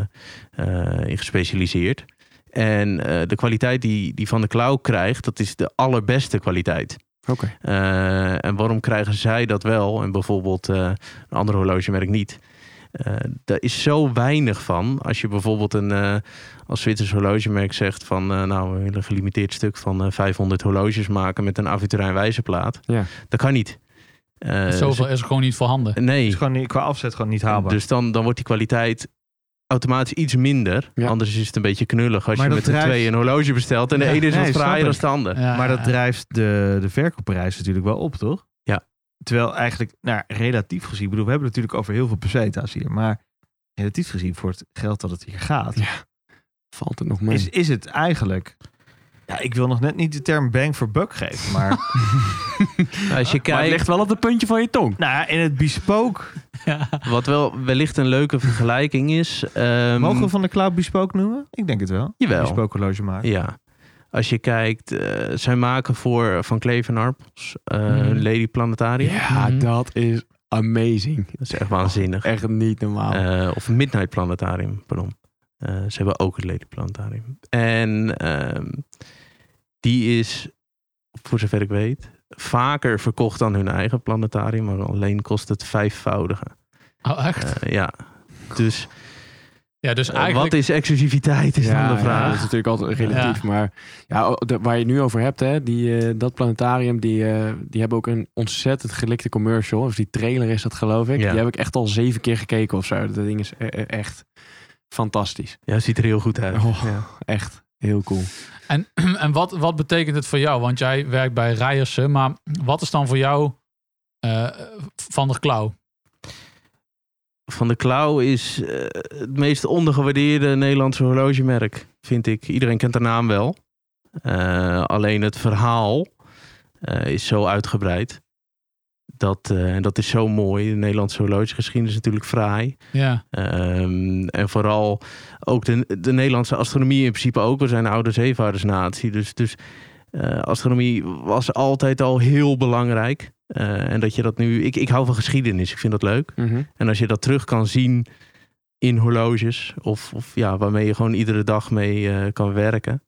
eh, in gespecialiseerd. En eh, de kwaliteit die, die Van de Klauw krijgt, dat is de allerbeste kwaliteit. Oké. Eh, en waarom krijgen zij dat wel en bijvoorbeeld eh, een ander horlogemerk niet? Eh daar is zo weinig van. Als je bijvoorbeeld een, eh, als Zwitsers horlogemerk zegt van eh, nou, we willen een gelimiteerd stuk van eh, 500 horloges maken met een Aventurijn wijzerplaat. Ja. Dat kan niet. Eh, Zoveel is er gewoon niet voorhanden. ze- Nee. Is gewoon niet, qua afzet gewoon niet haalbaar. Dus dan, dan wordt die kwaliteit automatisch iets minder. Ja. Anders is het een beetje knullig als Maar je met dat de drijft- twee een horloge bestelt en de Ja. ene is Nee, wat snap fraaier dan ik. de ander. Ja, maar dat ja. drijft de, de verkoopprijs natuurlijk wel op, toch? Ja. Terwijl eigenlijk, nou, relatief gezien, ik bedoel, we hebben het natuurlijk over heel veel peseta's hier, maar relatief gezien voor het geld dat het hier gaat, Valt het nog mee? is, is het eigenlijk. Ja, ik wil nog net niet de term bang for buck geven, maar Als je Maar het kijkt, ligt wel op het puntje van je tong. nou, ja, in het bespoke ja. Wat wel wellicht een leuke vergelijking is. ehm, Mogen we van de cloud bespook noemen? Ik denk het wel. Jawel. Bespook horloge maken. Ja. Als je kijkt, eh, zij maken voor Van Kleef en Arpels eh, Mhm. hun Lady Planetaria. Ja, Mhm. dat is amazing. Dat is echt waanzinnig. Echt niet normaal. Eh, of Midnight Planetarium, pardon. Eh, ze hebben ook het Lady Planetarium. En ehm, die is, voor zover ik weet, vaker verkocht dan hun eigen planetarium. Maar alleen kost het vijfvoudige. Oh, echt? Eh, ja. Dus eh, Ja, dus eigenlijk... wat is exclusiviteit, is dan de Ja, dat vraag. is natuurlijk altijd relatief. Maar ja, o- de- waar je het nu over hebt, hè, die, eh, dat planetarium, die, eh, die hebben ook een ontzettend gelikte commercial. Of die trailer is dat, geloof ik. Ja. Die heb ik echt al zeven keer gekeken of zo. Dat ding is e- e- echt fantastisch. Ja, ziet er heel goed uit. Oh. Ja. Echt heel cool. En, en wat, wat betekent het voor jou? Want jij werkt bij Rijersen, maar wat is dan voor jou eh, Van der Klauw? Van de Klauw is eh, het meest ondergewaardeerde Nederlandse horlogemerk, vind ik. Iedereen kent de naam wel. Eh, alleen het verhaal eh, is zo uitgebreid. Dat, eh, en dat is zo mooi. De Nederlandse horlogegeschiedenis is natuurlijk fraai. Ja, Ehm, en vooral ook de, de Nederlandse astronomie in principe ook. We zijn een oude zeevaardersnatie. Dus, dus eh, astronomie was altijd al heel belangrijk. Eh, en dat je dat nu... Ik, ik hou van geschiedenis. Ik vind dat leuk. En als je dat terug kan zien in horloges, of, of ja, waarmee je gewoon iedere dag mee eh, kan werken,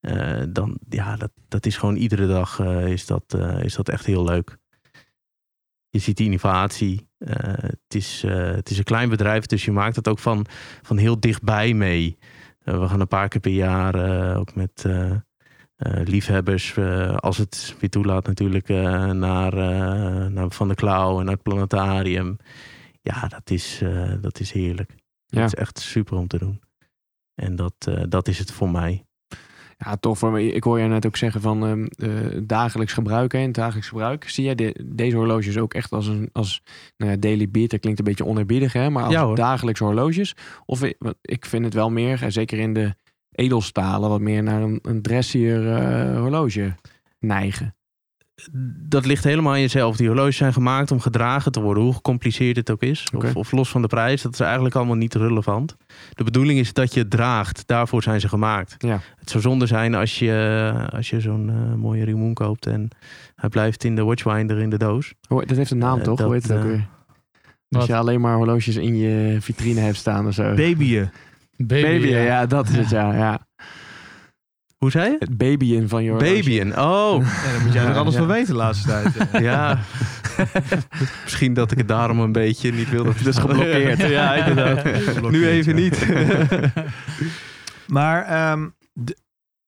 eh, dan ja, dat, dat is gewoon iedere dag eh, is, dat, eh, is dat echt heel leuk. Je ziet die innovatie. eh, het, is, eh, het is een klein bedrijf, dus je maakt het ook van, van heel dichtbij mee. Eh, we gaan een paar keer per jaar eh, ook met eh, eh, liefhebbers, eh, als het weer toelaat natuurlijk, eh, naar, eh, naar Van der Klauw en naar het planetarium. Ja, dat is, eh, dat is heerlijk. Ja. Dat is echt super om te doen. En dat, eh, dat is het voor mij. Ja, tof. hoor. Maar Ik hoor je net ook zeggen van ehm, eh, dagelijks gebruik. Hè, in het dagelijks gebruik. Zie jij de- deze horloges ook echt als een als, nou ja, daily beat? Dat klinkt een beetje onerbiedig, hè? maar als Ja, hoor. dagelijks horloges. Of i- want ik vind het wel meer, en zeker in de edelstalen, wat meer naar een, een dressier eh, horloge neigen. Dat ligt helemaal aan jezelf. Die horloges zijn gemaakt om gedragen te worden, hoe gecompliceerd het ook is. Oké. Of, of los van de prijs, dat is eigenlijk allemaal niet relevant. De bedoeling is dat je het draagt. Daarvoor zijn ze gemaakt. Ja. Het zou zonde zijn als je, als je zo'n eh, mooie Rimoen koopt en hij blijft in de watchwinder in de doos. Hoe- Dat heeft een naam Eh, toch? Hoe dat, heet het ook eh, weer? wat? Dus Als je alleen maar horloges in je vitrine hebt staan of zo. Babyen. baby. eh, Baby, ja. ja. dat is het, ja. ja. Hoe zei je? Het babyen van je horloge. Babyen. Oh, Ja, daar moet jij er alles Ja. van weten de laatste tijd. ja. ja. Misschien dat ik het daarom een beetje niet wilde. Dat is geblokkeerd. Ja, inderdaad. Nu even niet. Maar ehm, de-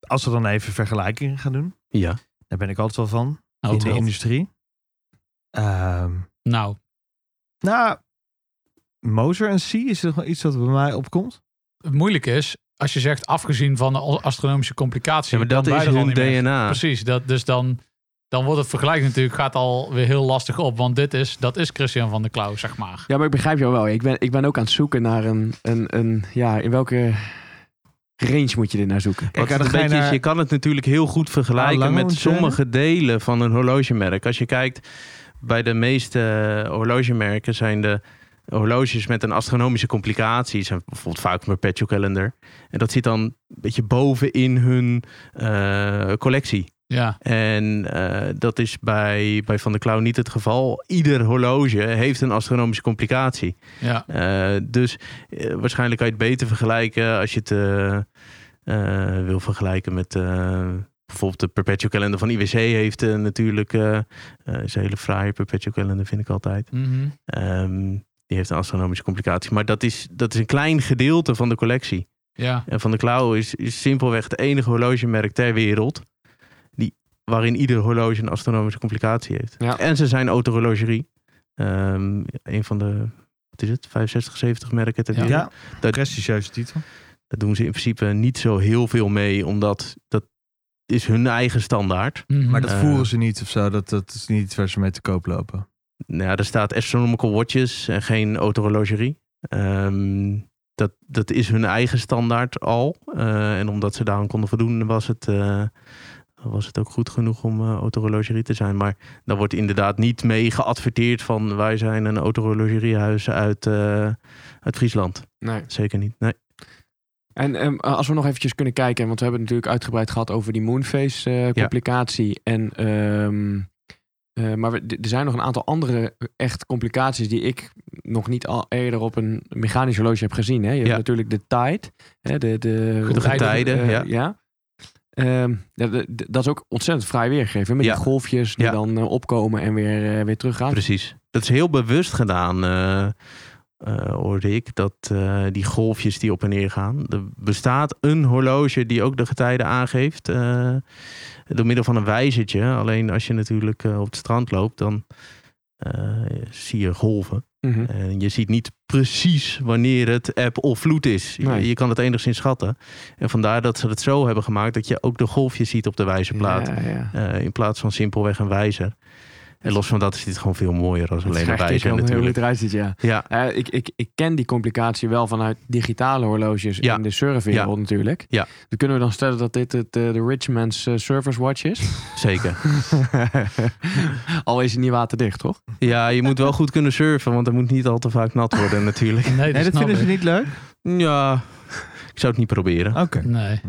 als we dan even vergelijkingen gaan doen, Ja. daar ben ik altijd wel van. Oh, in de God. industrie. Ehm, nou, nou, Moser en C is er nog iets wat bij mij opkomt. het moeilijke is, als je zegt afgezien van de astronomische Ja, complicatie. maar dat dan is ben je er al hun niet meer. DNA. Precies, dat, dus dan, dan wordt het vergelijk natuurlijk gaat alweer heel lastig op. Want dit is, dat is Christian van der Klauw, zeg maar. Ja, maar ik begrijp jou wel. Ik ben, ik ben ook aan het zoeken naar een, een, een... Ja, in welke range moet je dit naar zoeken? Kijk, ja, het dan een ga je beetje is, naar- je kan het natuurlijk heel goed Ah, vergelijken lange met ontzennen? sommige delen van een horlogemerk. Als je kijkt bij de meeste eh, horlogemerken zijn de horloges met een astronomische complicatie. Zijn bijvoorbeeld vaak een perpetual calendar. En dat zit dan een beetje bovenin hun eh, collectie. Ja, En eh, dat is bij, bij Van der Klauw niet het geval. Ieder horloge heeft een astronomische complicatie. ja. Eh, dus eh, waarschijnlijk kan je het beter vergelijken als je het eh, eh, wil vergelijken met eh, bijvoorbeeld de Perpetual Calendar van IWC heeft eh, natuurlijk eh, eh, is een hele fraaie Perpetual Calendar vind ik altijd. Mhm. Ehm, die heeft een astronomische complicatie, maar dat is, dat is een klein gedeelte van de collectie. ja. En Van de Klauw is, is simpelweg het enige horlogemerk ter wereld die, waarin ieder horloge een astronomische complicatie heeft. Ja. En ze zijn autohorlogerie. Ehm, een van de, wat is het, 65, 70 merken ter Ja. wereld. Dat- prestigieuze titel. Daar doen ze in principe niet zo heel veel mee, omdat dat is hun eigen standaard. Mhm. Maar dat Eh. voeren ze niet of zo. Dat, dat is niet waar ze mee te koop lopen. Nou, ja, er staat astronomical watches en geen autohorlogerie. Ehm, dat, dat is hun eigen standaard al. Eh, en omdat ze daaraan konden voldoen, was het, eh, dan was het ook goed genoeg om eh autorologerie te zijn. Maar daar wordt inderdaad niet mee geadverteerd van wij zijn een autorologeriehuis uit, eh, uit Friesland. Nee. Zeker niet. Nee. En ehm, als we nog eventjes kunnen kijken, want we hebben het natuurlijk uitgebreid gehad over die Moonface-complicatie. En, ehm, eh, maar we- d- er zijn nog een aantal andere eh, echt complicaties die ik nog niet al eerder op een mechanisch horloge heb gezien. Hè? Je Ja. hebt natuurlijk de tijd, hè? de, de, De getijden, eh, ja. Ehm, ja, de- de- dat is ook ontzettend vrij weergegeven. Met Ja. die golfjes die Ja. dan eh, opkomen en weer, eh, weer teruggaan. Precies. Dat is heel bewust gedaan, eh, eh, hoorde ik. Dat eh, die golfjes die op en neer gaan. Er bestaat een horloge die ook de getijden aangeeft. eh, door middel van een wijzertje. Alleen als je natuurlijk eh, op het strand loopt, dan eh, zie je golven. Mhm. En je ziet niet precies wanneer het eb of vloed is. Je, Nee. je kan het enigszins schatten. En vandaar dat ze het zo hebben gemaakt dat je ook de golfjes ziet op de wijzerplaat. Ja, ja. Eh, in plaats van simpelweg een wijzer. En los van dat is dit gewoon veel mooier als Het alleen een schrijft wijzer wel heel natuurlijk. goed eruit ziet, ja. Ja, Eh, ik, ik, ik ken die complicatie wel vanuit digitale horloges Ja. in de surfwereld natuurlijk. Ja. Dan kunnen we dan stellen dat dit het, eh, de Richman's eh Surface Watch is. zeker. Al is het niet waterdicht, toch? Ja, je moet wel goed kunnen surfen, want het moet niet al te vaak nat worden natuurlijk. Nee, Nee, dat dat snap vinden ze ik. niet leuk? Ja, ik zou het niet proberen. Oh, Oké. Nee.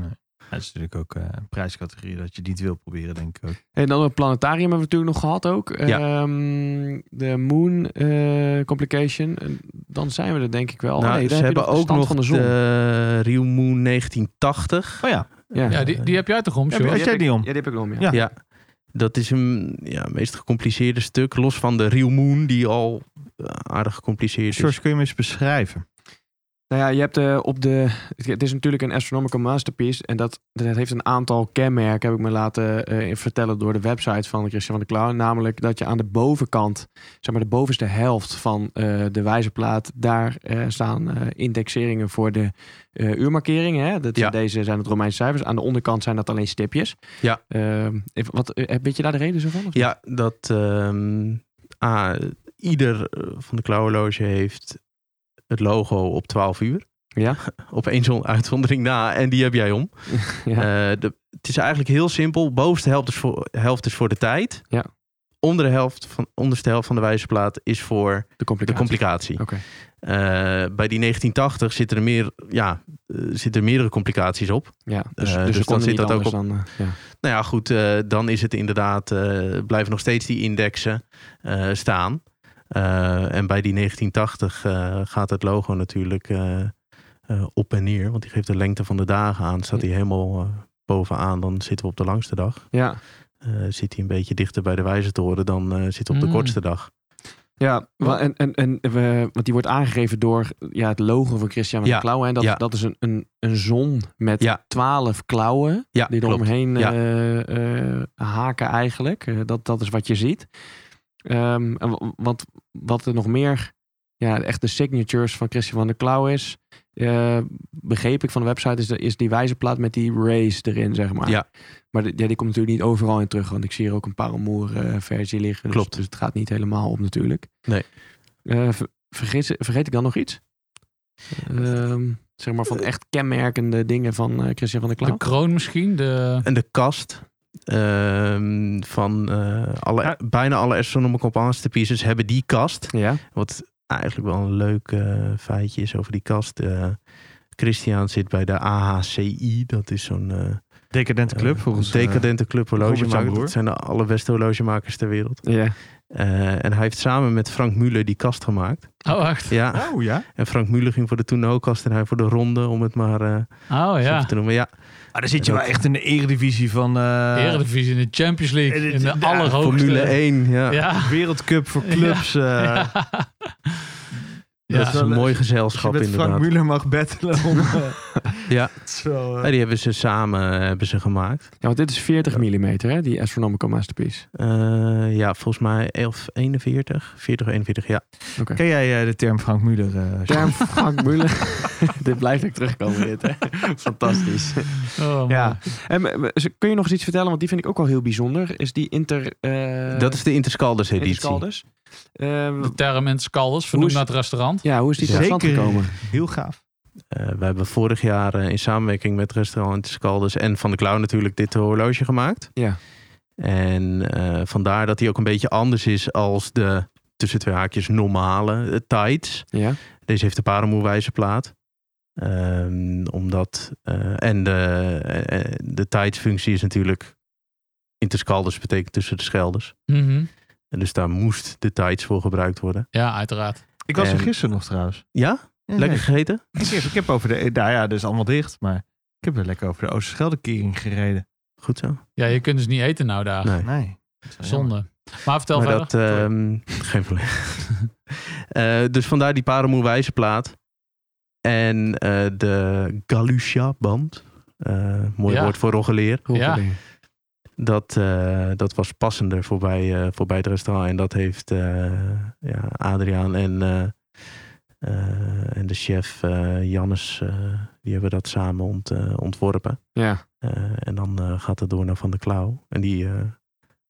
Dat is natuurlijk ook eh, een prijscategorie dat je niet wil proberen, denk ik ook. En dan het planetarium hebben we natuurlijk nog gehad ook. Ehm, de Moon eh, Complication. En Dan zijn we er denk ik wel. Nou, nee, dan ze heb je hebben de ook stand nog van de zon. de Real Moon 1980. Oh ja, Ja. Ja, die, die heb jij toch om, Ja, Sjoerd? als jij heb die ik- om? Ja, die heb ik om, ja. Ja. Oh, Ja, dat is een ja, meest gecompliceerde stuk. Los van de Real Moon, die al eh, aardig gecompliceerd is. George, kun je hem eens beschrijven? Nou ja, je hebt eh, op de. Het is natuurlijk een astronomical masterpiece. En dat, dat heeft een aantal kenmerken, heb ik me laten eh, vertellen door de website van Christian van der Klauw. Namelijk dat je aan de bovenkant, zeg maar de bovenste helft van eh, de wijzerplaat, daar eh, staan eh, indexeringen voor de eh, uurmarkeringen. Hè? Dat, Ja. Deze zijn het Romeinse cijfers. Aan de onderkant zijn dat alleen stipjes. Ja. Ehm, even, wat, eh, weet je daar de reden zo van? of Ja, dat ehm, ah, ieder eh, van de klauwhorloge heeft het logo op 12 uur. Ja. Op één zo'n uitzondering na en die heb jij om. niet? Ja. Eh, de, het is eigenlijk heel simpel. Bovenste helft is voor, helft is voor de tijd. Ja. Onder de helft van, onderste helft van de wijzerplaat is voor de de complicatie. complicatie. Oké. Eh, bij die 1980 zitten er, meer, ja, eh, zitten er meerdere complicaties op. Ja, dus, Eh, dus, dus dan zit dat ook op- Dan, eh, ja. Nou ja, goed, eh, dan is het inderdaad, eh, blijven nog steeds die indexen eh, staan. Eh, en bij die 1980 eh, gaat het logo natuurlijk eh, eh, op en neer, want die geeft de lengte van de dagen aan. Staat die helemaal eh, bovenaan, dan zitten we op de langste dag. ja. Eh, zit hij een beetje dichter bij de wijzertoren, dan eh zitten we op de Mm. kortste dag. Ja, wa- en, en, en we, want die wordt aangegeven door ja, het logo van Christian van Ja, de Klauwen. En dat, ja. dat is een, een, een zon met Ja. twaalf klauwen Ja, die er klopt. omheen Ja. eh, eh, haken eigenlijk. Eh, dat, dat is wat je ziet. Ehm, en wa- want wat er nog meer ja, echt de signatures van Christian van der Klauw is, eh, begreep ik van de website, is, de, is die wijzerplaat met die race erin, zeg maar. Ja. Maar die, ja, die komt natuurlijk niet overal in terug, want ik zie hier ook een paramoer eh, versie liggen. Dus- Klopt. Dus, het gaat niet helemaal om natuurlijk. Nee. Eh, ver- vergis- vergeet ik dan nog iets? Ehm, zeg maar van Eh. echt kenmerkende dingen van eh, Christian van der Klauw? De kroon misschien? De... En de kast ehm, van eh, alle, Ja. bijna alle astronomical masterpieces hebben die kast. Ja. Wat eigenlijk wel een leuk eh, feitje is over die kast. eh, Christian zit bij de AHCI. Dat is zo'n eh, Decadente club, eh, volgens eh, decadente club Robert Jan horlogemaker. Broer. Dat zijn de allerbeste horlogemakers ter wereld. ja. Eh, en hij heeft samen met Frank Muller die kast gemaakt. Oh, echt? Ja. Oh ja. En Frank Muller ging voor de Tournoo-kast en hij voor de ronde, om het maar eh, Oh zo ja. te noemen. Ja, Maar dan zit je wel echt in de eredivisie van eh, Eredivisie in de Champions League. eh, In de ja, allerhoogste. Formule 1. eh, Ja. Ja. Wereldcup voor clubs. eh, Ja. Dat is Ja. een mooi Als eh, je gezelschap met Frank inderdaad. Muller mag battelen om... eh, Ja. het is wel, eh, Ja, die hebben ze samen eh, hebben ze gemaakt. ja, want dit is 40 mm, hè, die Astronomical Masterpiece. Eh, ja, volgens mij 1141. 40, 41, ja. Ken jij eh, de term Frank Muller? eh, Sjoerd? Term Frank Muller. dit blijft ik terugkomen, dit. Hè? Fantastisch. Oh, Ja. man. En, eh, kun je nog eens iets vertellen, want die vind ik ook wel heel bijzonder. Is die inter... eh, dat is de Interscalders editie. Interscalders. Ehm, De term in Scalders, Hoe vernoemd is- naar het restaurant. ja, hoe is die tot stand Zeker. gekomen? Heel gaaf. eh, we hebben vorig jaar eh, in samenwerking met restaurant Scalders en Van de Klauw natuurlijk dit horloge gemaakt. Ja. En eh, vandaar dat hij ook een beetje anders is als de tussen twee haakjes normale eh, tights. Ja. Deze heeft de paramoerwijze plaat. Ehm, omdat, eh, en de, eh, de tights-functie is natuurlijk interscalders betekent tussen de schelders. Mhm. En dus daar moest de tights voor gebruikt worden. Ja, uiteraard. Ik was er En- gisteren nog trouwens. Ja, Ja, lekker nee. gegeten. Ik heb, ik heb over de... Nou ja, dat is allemaal dicht, maar... Ik heb weer lekker over de Oosterscheldekering gereden. Goed zo. Ja, je kunt dus niet eten nou daar. Nee. Nee. dat is wel jammer. Zonde. Maar vertel maar verder. dat, ehm, geen probleem. Eh, dus vandaar die paramoer wijze plaat. En eh, de Galusha band. Eh, mooi Ja. woord voor roggeleer. Ja. dingen. Dat, eh, dat was passender voorbij, eh, voorbij het restaurant. En dat heeft eh, ja, Adriaan en, eh, eh, en de chef eh Jannes, eh, die hebben dat samen ont- eh, ontworpen. Ja. Eh, en dan eh, gaat het door naar Van der Klauw. En die eh,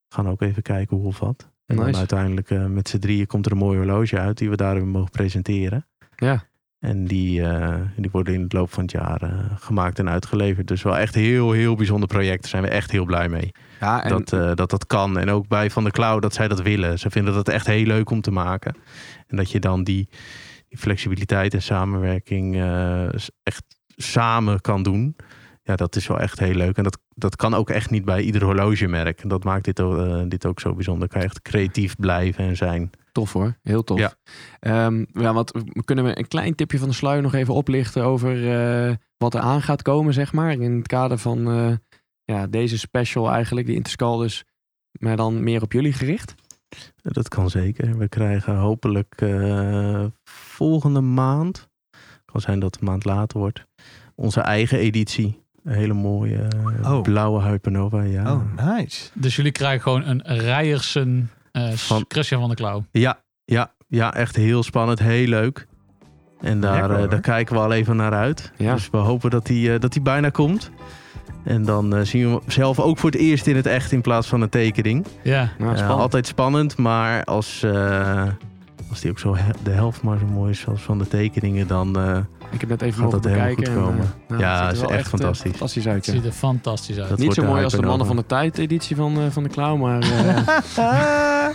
gaan ook even kijken hoe of wat. En dan Nice. uiteindelijk eh, met z'n drieën komt er een mooi horloge uit die we daar weer mogen presenteren. Ja. En die, eh, die worden in het loop van het jaar eh, gemaakt en uitgeleverd. Dus wel echt heel, heel bijzonder project. Daar zijn we echt heel blij mee. Ja, en Dat, eh, dat dat kan. En ook bij Van der Klauw dat zij dat willen. Ze vinden dat echt heel leuk om te maken. En dat je dan die, die flexibiliteit en samenwerking eh, s- echt samen kan doen. Ja, dat is wel echt heel leuk. En dat, dat kan ook echt niet bij ieder horlogemerk. En dat maakt dit, o- eh, dit ook zo bijzonder. Kan je echt creatief blijven en zijn. tof hoor. Heel tof. Ja. Ehm, ja, want we- kunnen we een klein tipje van de sluier nog even oplichten over eh, wat er aan gaat komen, zeg maar. In het kader van eh, ja, deze special eigenlijk, die Interscaldus, maar dan meer op jullie gericht. Dat kan zeker. We krijgen hopelijk eh, volgende maand, kan zijn dat het een maand later wordt, onze eigen editie. Een hele mooie eh, Oh. blauwe Hypernova. Ja. Oh, nice. Dus jullie krijgen gewoon een Rijersen eh, s- Van- Christian van der Klauw. ja, ja, ja, echt heel spannend, heel leuk. En daar, Lekker, eh, hoor. daar kijken we al even naar uit. Ja. Dus we hopen dat die, eh, dat die bijna komt. En dan eh, zien we hem zelf ook voor het eerst in het echt in plaats van een tekening. Ja. Nou, Ja, spannend. altijd spannend, maar als, eh, als die ook zo he- de helft maar zo mooi is als van de tekeningen, dan eh, Ik heb net even Gaat mogen dat helemaal bekijken goed en, komen. eh, nou, Ja, het ziet er is wel echt eh, fantastisch. fantastisch uit, Het ja. ziet er fantastisch uit. Dat Niet wordt zo de mooi als de hypernova. Mannen van de Tijd editie van, eh, van de Klauw, maar eh,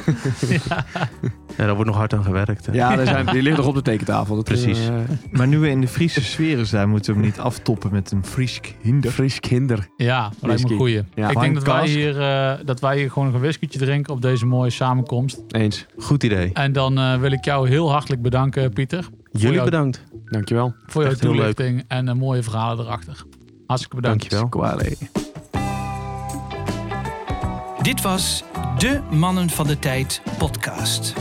ja, daar wordt nog hard aan gewerkt. hè. ja, daar zijn, die ligt nog op de tekentafel. Dat, Precies. eh, Maar nu we in de Friese sfeer zijn, moeten we hem niet aftoppen met een Fries de hinder. Fries kinder. Ja, dat lijkt me een Whisky. goeie. Ja. ik denk dat wij, Wine cask. hier, eh, dat wij hier gewoon nog een whiskietje drinken op deze mooie samenkomst. Eens. Goed idee. En dan eh, wil ik jou heel hartelijk bedanken, Pieter. Jullie jou. bedankt. Dankjewel. Voor jouw Echt heel leuk. toelichting en eh, mooie verhalen erachter. Hartstikke bedankt. Dankjewel. Kwale. Dit was de Mannen van de Tijd podcast.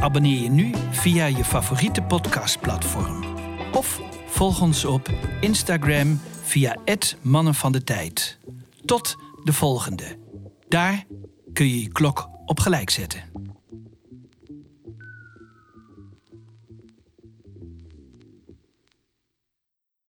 Abonneer je nu via je favoriete podcastplatform. Of volg ons op Instagram via het Mannen van de Tijd. Tot de volgende. Daar kun je je klok op gelijk zetten.